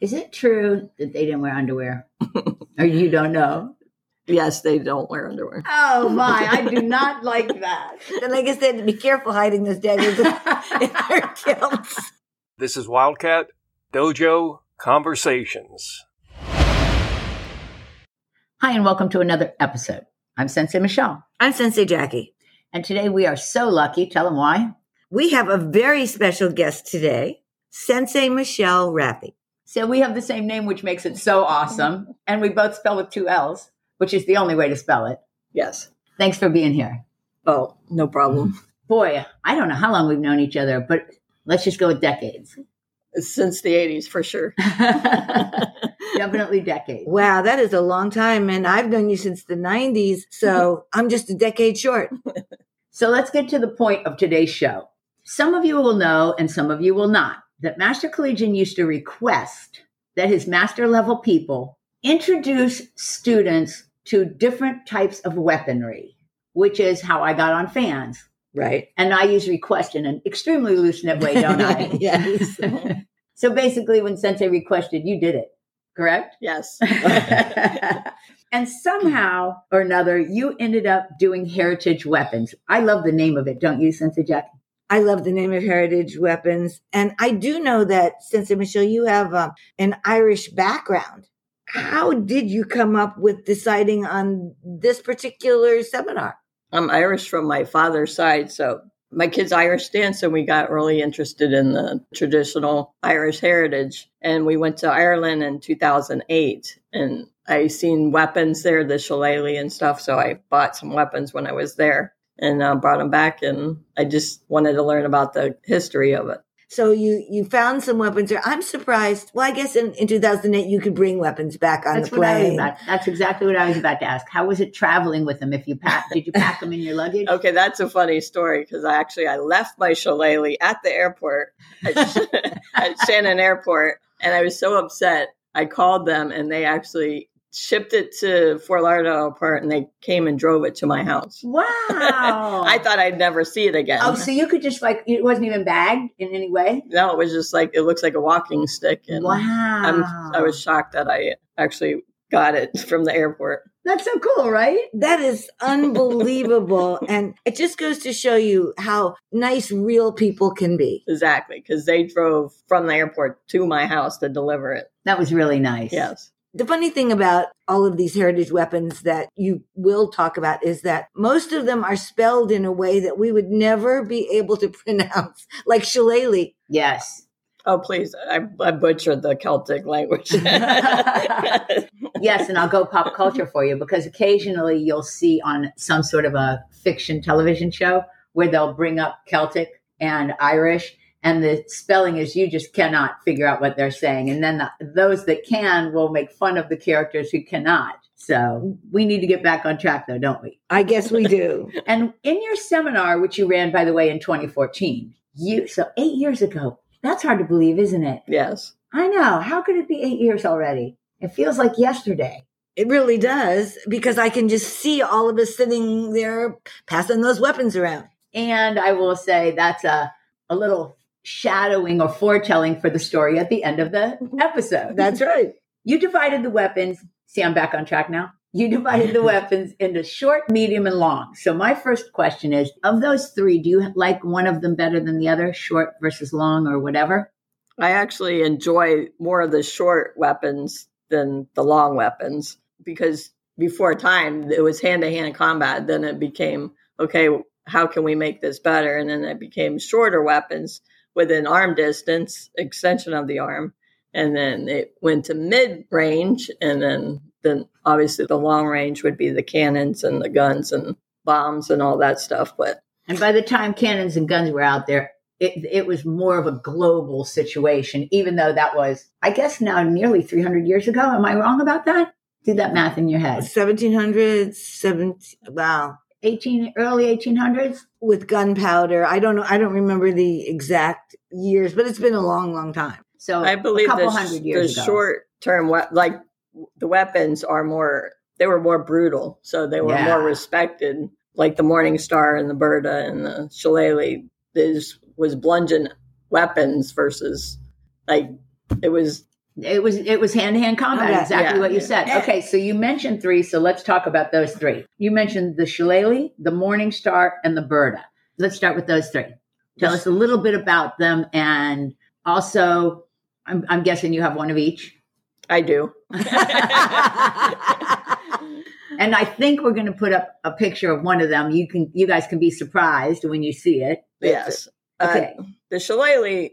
Is it true that they didn't wear underwear? or you don't know? Yes, they don't wear underwear. Oh my, I do not like that. And like I said, to be careful hiding those daggers in our kilts. This is Wildcat Dojo Conversations. Hi, and welcome to another episode. I'm Sensei Michelle, I'm Sensei Jackie. and today we are so lucky. Tell them why. We have a very special guest today, Sensei Michelle Rappi. So we have the same name, which makes it so awesome. And we both spell with two L's, which is the only way to spell it. Yes. Thanks for being here. Oh, no problem. Boy, I don't know how long we've known each other, but let's just go with decades. Since the 80s, for sure. Definitely decades. Wow, that is a long time, and I've known you since the 90s, so I'm just a decade short. So let's get to the point of today's show. Some of you will know, and some of you will not, that Master Collegian used to request that his master level people introduce students to different types of weaponry, which is how I got on fans. Right. And I use request in an extremely loose knit way, don't I? yes. so basically, when Sensei requested, you did it, correct? Yes. and somehow or another, you ended up doing heritage weapons. I love the name of it, don't you, Sensei Jack? I love the name of Heritage Weapons. And I do know that, Sensei Michelle, you have um, an Irish background. How did you come up with deciding on this particular seminar? I'm Irish from my father's side, so my kids Irish dance, and we got really interested in the traditional Irish heritage. And we went to Ireland in 2008, and I seen weapons there, the shillelagh and stuff. So I bought some weapons when I was there and uh, brought them back, and I just wanted to learn about the history of it. So you you found some weapons there. I'm surprised. Well, I guess in, in 2008 you could bring weapons back on That's the what I was plane. about. That's exactly what I was about to ask. How was it traveling with them? If you pack, did you pack them in your luggage? Okay, that's a funny story because I actually I left my shillelagh at the airport at, at Shannon Airport, and I was so upset. I called them, and they actually shipped it to Fort Lauderdale Airport, and they came and drove it to my house. Wow! I thought I'd never see it again. Oh, so you could just like it wasn't even bagged in any way. no, it was just like it looks like a walking stick, and wow! I'm I was shocked that I actually got it from the airport. That's so cool, right? That is unbelievable. and it just goes to show you how nice real people can be. Exactly, because they drove from the airport to my house to deliver it. That was really nice. Yes. The funny thing about all of these heritage weapons that you will talk about is that most of them are spelled in a way that we would never be able to pronounce, like shillelagh. Yes. Oh, please. I, I butchered the Celtic language. Yes, and I'll go pop culture for you because occasionally you'll see on some sort of a fiction television show where they'll bring up Celtic and Irish, and the spelling is you just cannot figure out what they're saying. And then the, those that can will make fun of the characters who cannot. So we need to get back on track, though, don't we? I guess we do. And in your seminar, which you ran, by the way, in 2014, you so eight years ago. That's hard to believe, isn't it? yes. I know. How could it be eight years already? It feels like yesterday. It really does because I can just see all of us sitting there passing those weapons around. And I will say that's a, a little shadowing or foretelling for the story at the end of the episode. That's right. you divided the weapons. See, I'm back on track now. You divided the weapons into short, medium, and long. So my first question is of those three, do you like one of them better than the other, short versus long or whatever? I actually enjoy more of the short weapons than the long weapons because before time, it was hand to hand combat. Then it became, okay, how can we make this better? And then it became shorter weapons within arm distance, extension of the arm. And then it went to mid range. And then, then obviously the long range would be the cannons and the guns and bombs and all that stuff. But And by the time cannons and guns were out there, it, it was more of a global situation, even though that was, I guess, now nearly 300 years ago. Am I wrong about that? Do that math in your head. 1700s, 17, wow. 18 early 1800s With gunpowder. I don't know. I don't remember the exact years, but it's been a long, long time. so I believe Oh, a couple the, hundred years the ago. short term, we- like the weapons are more, they were more brutal. So they were Yeah. more respected. Like the Morning Star and the Berta and the Shillelagh, this was bludgeon weapons versus like it was It was it was hand to hand combat, Okay, exactly yeah, what you yeah. said. Yeah. Okay, so you mentioned three, so let's talk about those three. You mentioned the shillelagh, the morning star, and the birda. Let's start with those three. Tell us a little bit about them, and also, I'm, I'm guessing you have one of each. I do. And I think we're going to put up a picture of one of them. You can, you guys can be surprised when you see it. yes. Uh, Okay, the shillelagh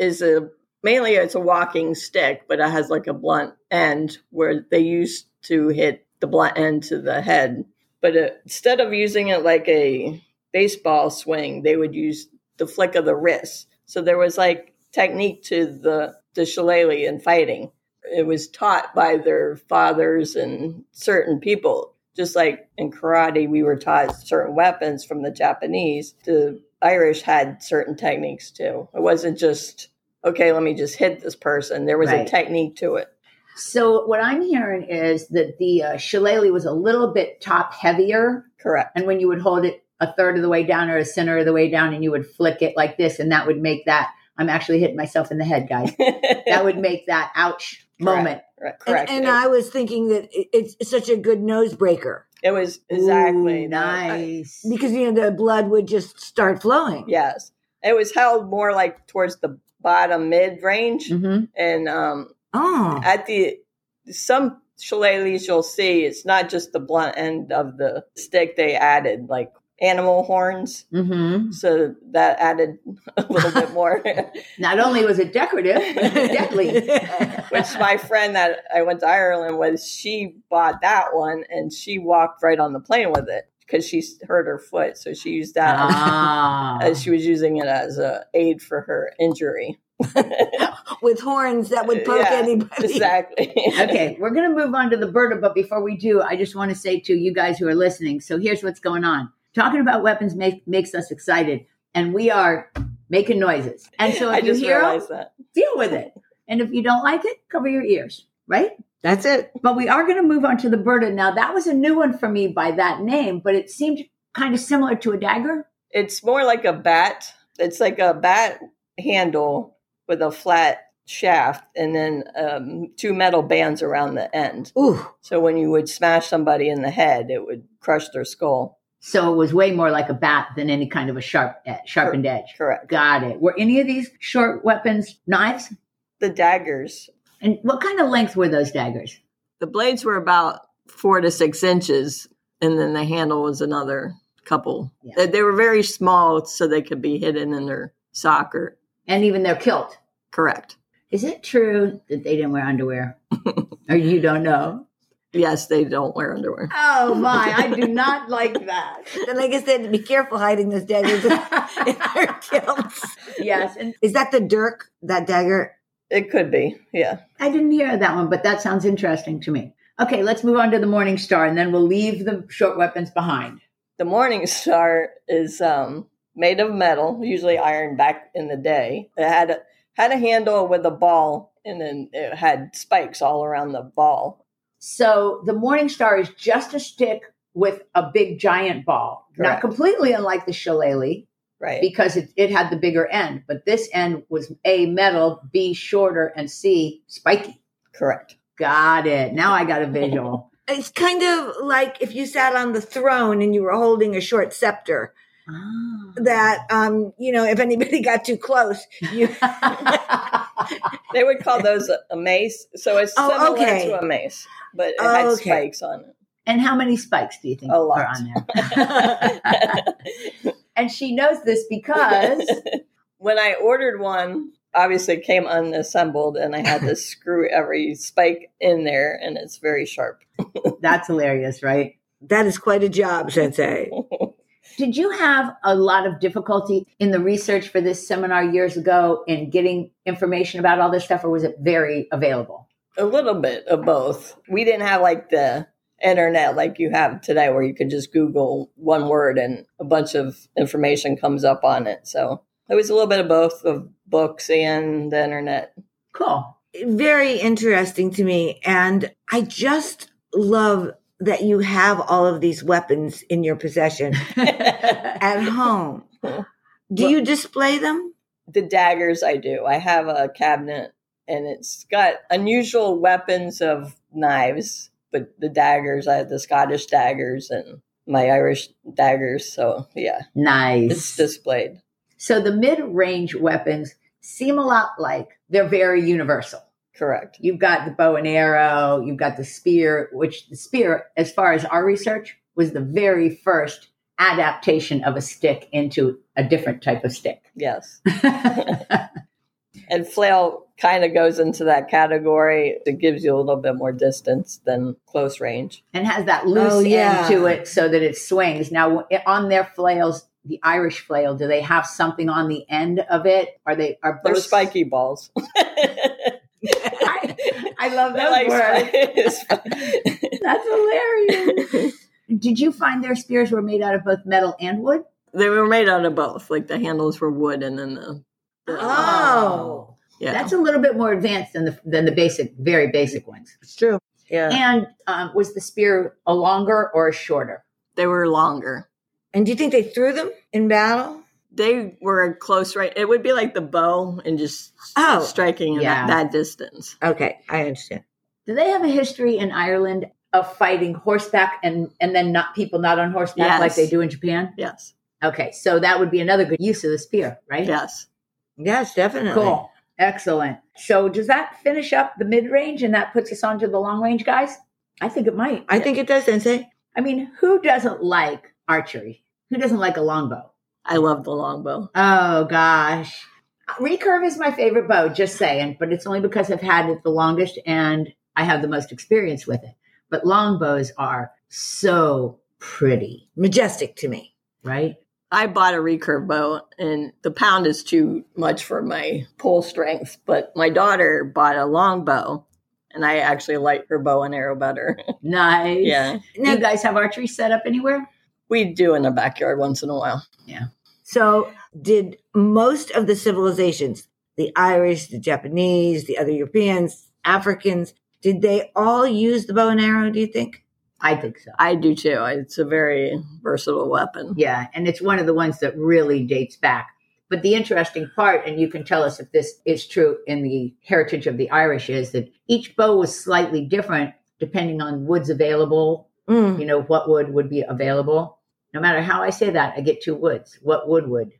is a mainly it's a walking stick, but it has like a blunt end where they used to hit the blunt end to the head. But it, instead of using it like a baseball swing, they would use the flick of the wrist. So there was like technique to the the shillelagh in fighting. It was taught by their fathers and certain people. Just like in karate, we were taught certain weapons from the Japanese. The Irish had certain techniques too. It wasn't just okay. Let me just hit this person. There was Right. a technique to it. so what I'm hearing is that the uh, shillelagh was a little bit top heavier Correct. and when you would hold it a third of the way down or a center of the way down and you would flick it like this and that would make that i'm actually hitting myself in the head guys that would make that ouch moment Right, And, correct. and it, I was thinking that it, it's, it's such a good nose breaker it was exactly Ooh, that. nice because you know the blood would just start flowing. Yes, it was held more like towards the bottom mid range, hmm and um, Oh, at the some shillelaghs you'll see it's not just the blunt end of the stick. They added like animal horns, hmm so that added a little bit more. not only was it decorative it was deadly which my friend that I went to Ireland with, she bought that one and she walked right on the plane with it because she s- hurt her foot. So she used that ah. as Uh, she was using it as a aid for her injury. with horns that would poke Yeah, anybody. exactly. okay, we're going to move on to the Berta, but before we do, I just want to say to you guys who are listening so here's what's going on. Talking about weapons make, makes us excited, and we are making noises. And so I if you just hear 'em, realized that. deal with it. And if you don't like it, cover your ears, right? That's it. But we are going to move on to the burden. Now, that was a new one for me by that name, but it seemed kind of similar to a dagger. It's more like a bat. It's like a bat handle with a flat shaft and then um, two metal bands around the end. Ooh, So when you would smash somebody in the head, it would crush their skull. So it was way more like a bat than any kind of a sharp, eh, sharpened edge. Correct. Got it. Were any of these short weapons knives? The daggers And what kind of length were those daggers? The blades were about four to six inches, and then the handle was another couple. Yeah. They, they were very small, so they could be hidden in their soccer. And even their kilt. Correct. Is it true that they didn't wear underwear? or you don't know? Yes, they don't wear underwear. Oh my, I do not like that. then I guess they had to be careful hiding those daggers in their kilts. yes. And Is that the dirk? That dagger? It could be, yeah. I didn't hear that one, but that sounds interesting to me. Okay, let's move on to the Morning Star, and then we'll leave the short weapons behind. The Morning Star is um, made of metal, usually iron. Back in the day, it had a, had a handle with a ball, and then it had spikes all around the ball. So the Morning Star is just a stick with a big giant ball, not Correct. completely unlike the shillelagh Right. because it, it had the bigger end, but this end was A, metal, B, shorter, and C, spiky. Correct. Got it. Now I got a visual. It's kind of like if you sat on the throne and you were holding a short scepter. Ah. That um, you know, if anybody got too close, you They would call those a, a mace, so it's Oh, similar okay. to a mace, but it Oh, had okay. spikes on it. and how many spikes do you think A lot. are on there? and she knows this because when I ordered one, obviously it came unassembled and I had to screw every spike in there and it's very sharp. that's hilarious, right? that is quite a job, Sensei. Did you have a lot of difficulty in the research for this seminar years ago in getting information about all this stuff, or was it very available? A little bit of both. We didn't have like the internet like you have today where you could just Google one word and a bunch of information comes up on it. So it was a little bit of both of books and the internet. Cool. very interesting to me. And I just love that you have all of these weapons in your possession the at home. Do you display them? daggers I do. I have a cabinet and it's got unusual weapons of knives, but the daggers, I have the Scottish daggers and my Irish daggers. So yeah, Nice. it's displayed. so the mid-range weapons seem a lot like they're very universal. Correct. You've got the bow and arrow, you've got the spear, which the spear, as far as our research, was the very first adaptation of a stick into a different type of stick. Yes. And flail kind of goes into that category. It gives you a little bit more distance than close range. and has that loose Oh, yeah. end to it so that it swings. Now, on their flails, the Irish flail, do they have something on the end of it? Are they are They're both- spiky balls. I, I love They're that like word. spi- That's hilarious. Did you find their spears were made out of both metal and wood? they were made out of both. Like the handles were wood, and then the, the uh, Oh. yeah, That's a little bit more advanced than the than the basic, very basic ones. It's true. yeah. And um, was the spear a longer or a shorter? They were longer. And do you think they threw them in battle? They were close range. It would be like the bow and just Oh. striking at Yeah. that, that distance. Okay, I understand. Do they have a history in Ireland of fighting horseback and and then not people not on horseback Yes. like they do in Japan? Yes, Okay, so that would be another good use of the spear, right? yes, Yes, definitely. Cool. Excellent. So does that finish up the mid range and that puts us onto the long range guys? I think it might. I think it does, Sensei. I mean, who doesn't like archery? Who doesn't like a longbow? I love the longbow. Oh gosh. Recurve is my favorite bow, just saying, but it's only because I've had it the longest and I have the most experience with it. But longbows are so pretty, Majestic to me. right? I bought a recurve bow, and the pound is too much for my pole strength. But my daughter bought a long bow, and I actually like her bow and arrow better. Nice. yeah, Do you guys have archery set up anywhere? we do in the backyard once in a while. So, did most of the civilizations, the Irish, the Japanese, the other Europeans, Africans, did they all use the bow and arrow, do you think? I think so. I do too. I- It's a very versatile weapon. Yeah, and it's one of the ones that really dates back. But the interesting part, and you can tell us if this is true in the heritage of the Irish, is that each bow was slightly different depending on woods available, Mm. you know, what wood would be available. No matter how I say that, I get two woods. What wood would?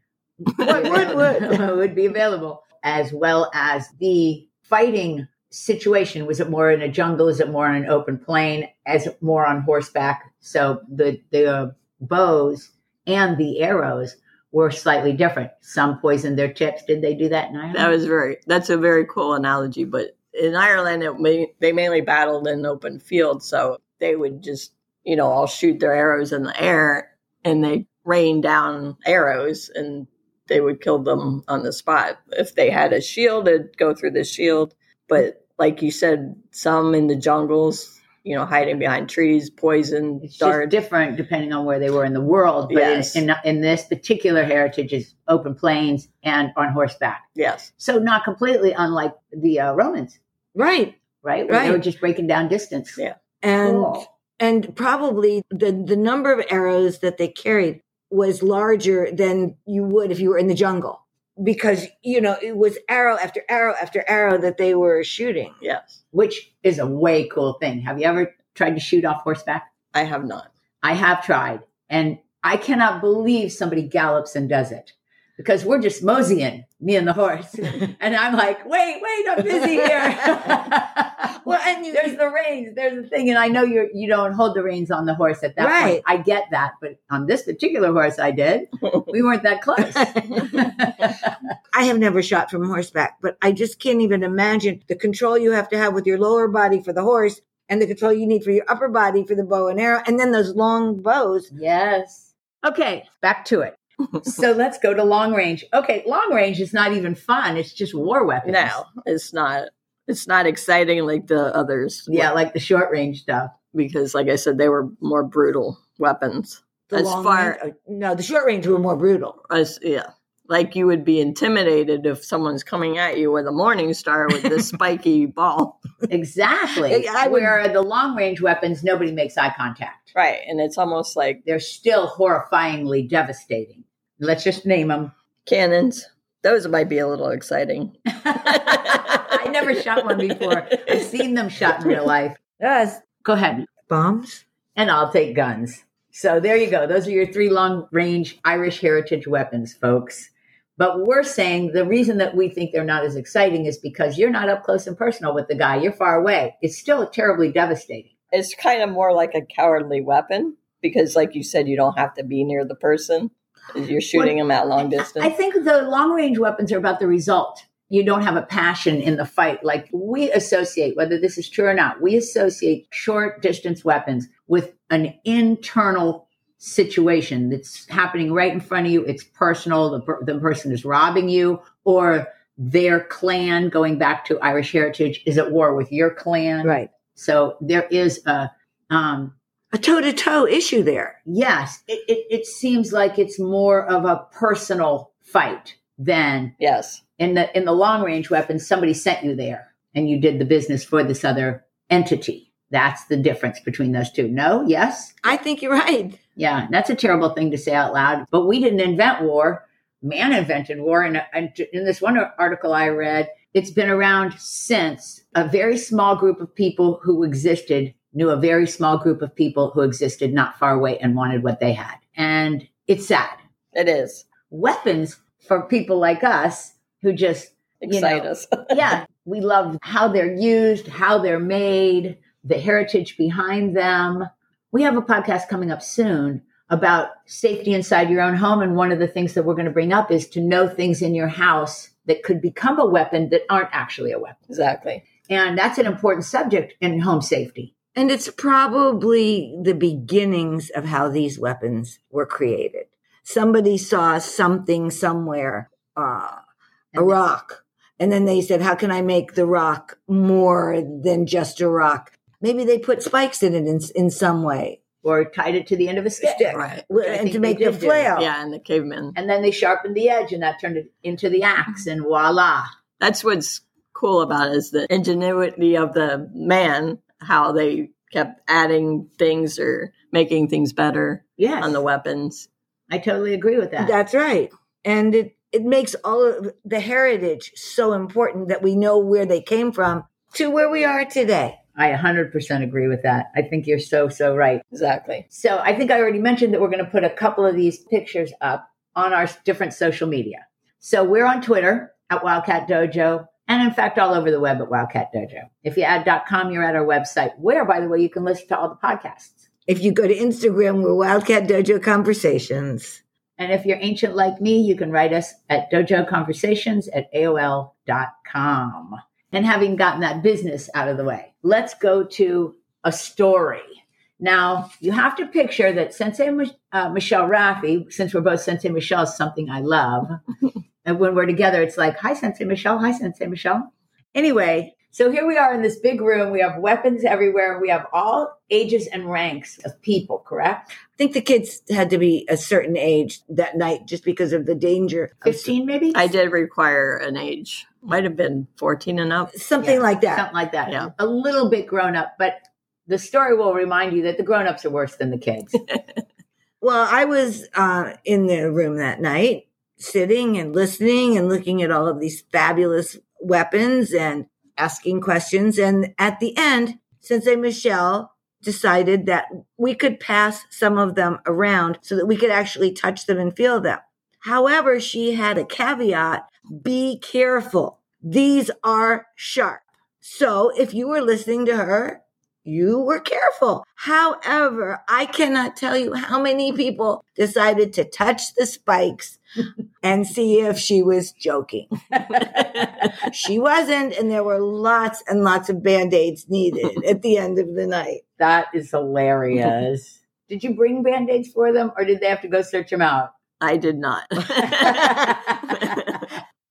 What wood would? would be available, as well as the fighting situation. Was it more in a jungle? Is it more on an open plain? As more on horseback? So the the uh, bows and the arrows were slightly different. Some poisoned their tips. Did they do that in Ireland? That was very. That's a very cool analogy. But in Ireland, it ma- they mainly battled in open field, so they would just you know all shoot their arrows in the air, and they rain down arrows, and they would kill them on the spot. If they had a shield, it'd go through the shield. But like you said, some in the jungles, you know, hiding behind trees, poison it's just darts. different depending on where they were in the world. But Yes. in, in in this particular heritage, is open plains and on horseback. Yes. So not completely unlike the uh, Romans, Right. right? Where They were Right. just breaking down distance. Yeah. And Cool. and probably the the number of arrows that they carried was larger than you would if you were in the jungle because you know it was arrow after arrow after arrow that they were shooting. Yes. which is a way cool thing. Have you ever tried to shoot off horseback? I have not. I have tried, and I cannot believe somebody gallops and does it because we're just moseying, me and the horse. and I'm like, wait, wait, I'm busy here. Well, and you, there's the reins, there's the thing, and I know you you don't hold the reins on the horse at that Right. point. I get that, but on this particular horse, I did. We weren't that close. I have never shot from horseback, but I just can't even imagine the control you have to have with your lower body for the horse and the control you need for your upper body for the bow and arrow and then those long bows. Yes. Okay, back to it. so let's go to long range. Okay, long range is not even fun. It's just war weapons. No, it's not. It's not exciting like the others. Yeah, like the short range stuff. because like I said, they were more brutal weapons. The As long far- range- oh, no, the short range were more brutal. As yeah, like you would be intimidated if someone's coming at you with a Morning Star with this spiky ball, Exactly. Yeah, I would- Where the long range weapons, nobody makes eye contact. right? And it's almost like They're still horrifyingly devastating. Let's just name them cannons. Those might be a little exciting. I never shot one before. I've seen them shot in real life. Yes. Go ahead. Bombs. And I'll take guns. So there you go. Those are your three long range Irish heritage weapons, folks. But we're saying the reason that we think they're not as exciting is because you're not up close and personal with the guy. You're far away. It's still terribly devastating. It's kind of more like a cowardly weapon because, like you said, you don't have to be near the person. You're shooting them at long distance. I think the long range weapons are about the result. You don't have a passion in the fight. Like we associate, whether this is true or not, we associate short distance weapons with an internal situation that's happening right in front of you. It's personal. The, per- the person is robbing you, or their clan, going back to Irish heritage, is at war with your clan. Right. So there is a, um, A toe to toe issue there. yes, it, it, it seems like it's more of a personal fight than yes. in the in the long range weapons. Somebody sent you there, and you did the business for this other entity. That's the difference between those two. No, yes. I think you're right. Yeah, that's a terrible thing to say out loud, but we didn't invent war. Man invented war. And, and in this one article I read, it's been around since a very small group of people who existed knew a very small group of people who existed not far away and wanted what they had. And it's sad. It is. Weapons for people like us who just You Excite know, us. yeah, we love how they're used, how they're made, the heritage behind them. We have a podcast coming up soon about safety inside your own home. And one of the things that we're going to bring up is to know things in your house that could become a weapon that aren't actually a weapon. Exactly. And that's an important subject in home safety. And it's probably the beginnings of how these weapons were created. Somebody saw something somewhere, uh, a And- rock. And then they said, How can I make the rock more than just a rock? Maybe they put spikes in it in, in some way Or tied it to the end of a stick. Stick. Right. w- I and think to they make the did do. flail. Yeah, and the cavemen. And then they sharpened the edge and that turned it into the axe and voila. That's what's cool about it is the ingenuity of the man, how they kept adding things or making things better Yes. on the weapons. I totally agree with that. That's right. And it, it makes all of the heritage so important that we know where they came from to where we are today. I 100% agree with that. I think you're so, so right. Exactly. So I think I already mentioned that we're going to put a couple of these pictures up on our different social media. So we're on Twitter at Wildcat Dojo and in fact all over the web at Wildcat Dojo. If you add .com, you're at our website where, by the way, you can listen to all the podcasts. If you go to Instagram, we're Wildcat Dojo Conversations. And if you're ancient like me, you can write us at dojoconversations at AOL.com. And having gotten that business out of the way, let's go to a story. Now, you have to picture that Sensei Mich- uh, Michelle Raffi, since we're both Sensei Michelle, is something I love. and when we're together, it's like, hi, Sensei Michelle. Hi, Sensei Michelle. Anyway, so here we are in this big room. We have weapons everywhere. We have all ages and ranks of people, correct? I think the kids had to be a certain age that night just because of the danger. of 15 maybe? I did require an age. Might have been 14 and up. Something Yeah, like that. something like that. Yeah. A little bit grown up, but the story will remind you that the grown ups are worse than the kids. Well, I was uh, in the room that night, sitting and listening and looking at all of these fabulous weapons and asking questions. And at the end, Sensei Michelle decided that we could pass some of them around so that we could actually touch them and feel them. However, she had a caveat be careful. These are sharp. So if you were listening to her you were careful. However, I cannot tell you how many people decided to touch the spikes and see if she was joking. She wasn't, and there were lots and lots of band aids needed at the end of the night. that is hilarious. did you bring band aids for them or did they have to go search them out? I did not.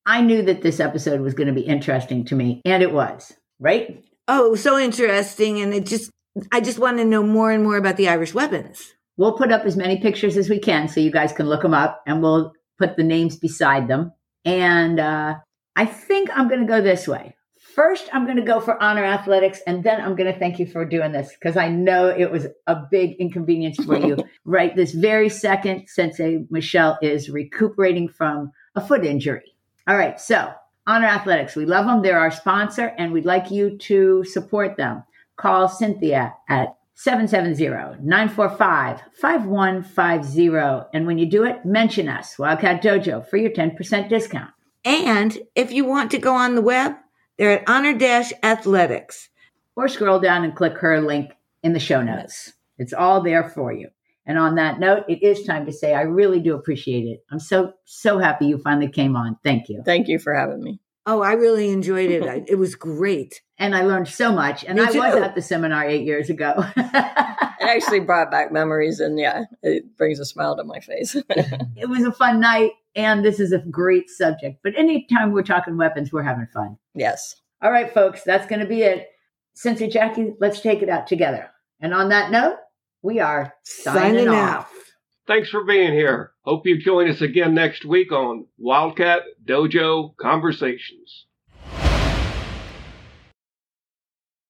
I knew that this episode was going to be interesting to me, and it was, right? Oh, so interesting. And it just, I just want to know more and more about the Irish weapons. We'll put up as many pictures as we can so you guys can look them up and we'll put the names beside them. And uh, I think I'm going to go this way. First, I'm going to go for honor athletics and then I'm going to thank you for doing this because I know it was a big inconvenience for you. right this very second, Sensei Michelle is recuperating from a foot injury. All right. So, Honor Athletics, we love them. They're our sponsor, and we'd like you to support them. Call Cynthia at 770-945-5150. And when you do it, mention us, Wildcat Dojo, for your 10% discount. And if you want to go on the web, they're at honor dash athletics. Or scroll down and click her link in the show notes. It's all there for you. And on that note, it is time to say I really do appreciate it. I'm so, so happy you finally came on. Thank you. Thank you for having me. Oh, I really enjoyed it. I, it was great. And I learned so much. And Me I was too. at the seminar eight years ago. It actually brought back memories, and yeah, it brings a smile to my face. it was a fun night, and this is a great subject. But anytime we're talking weapons, we're having fun. yes. All right, folks, that's going to be it. Sensei Jackie, let's take it out together. And on that note, we are signing, Signing off. Thanks for being here. Hope you join us again next week on Wildcat Dojo Conversations.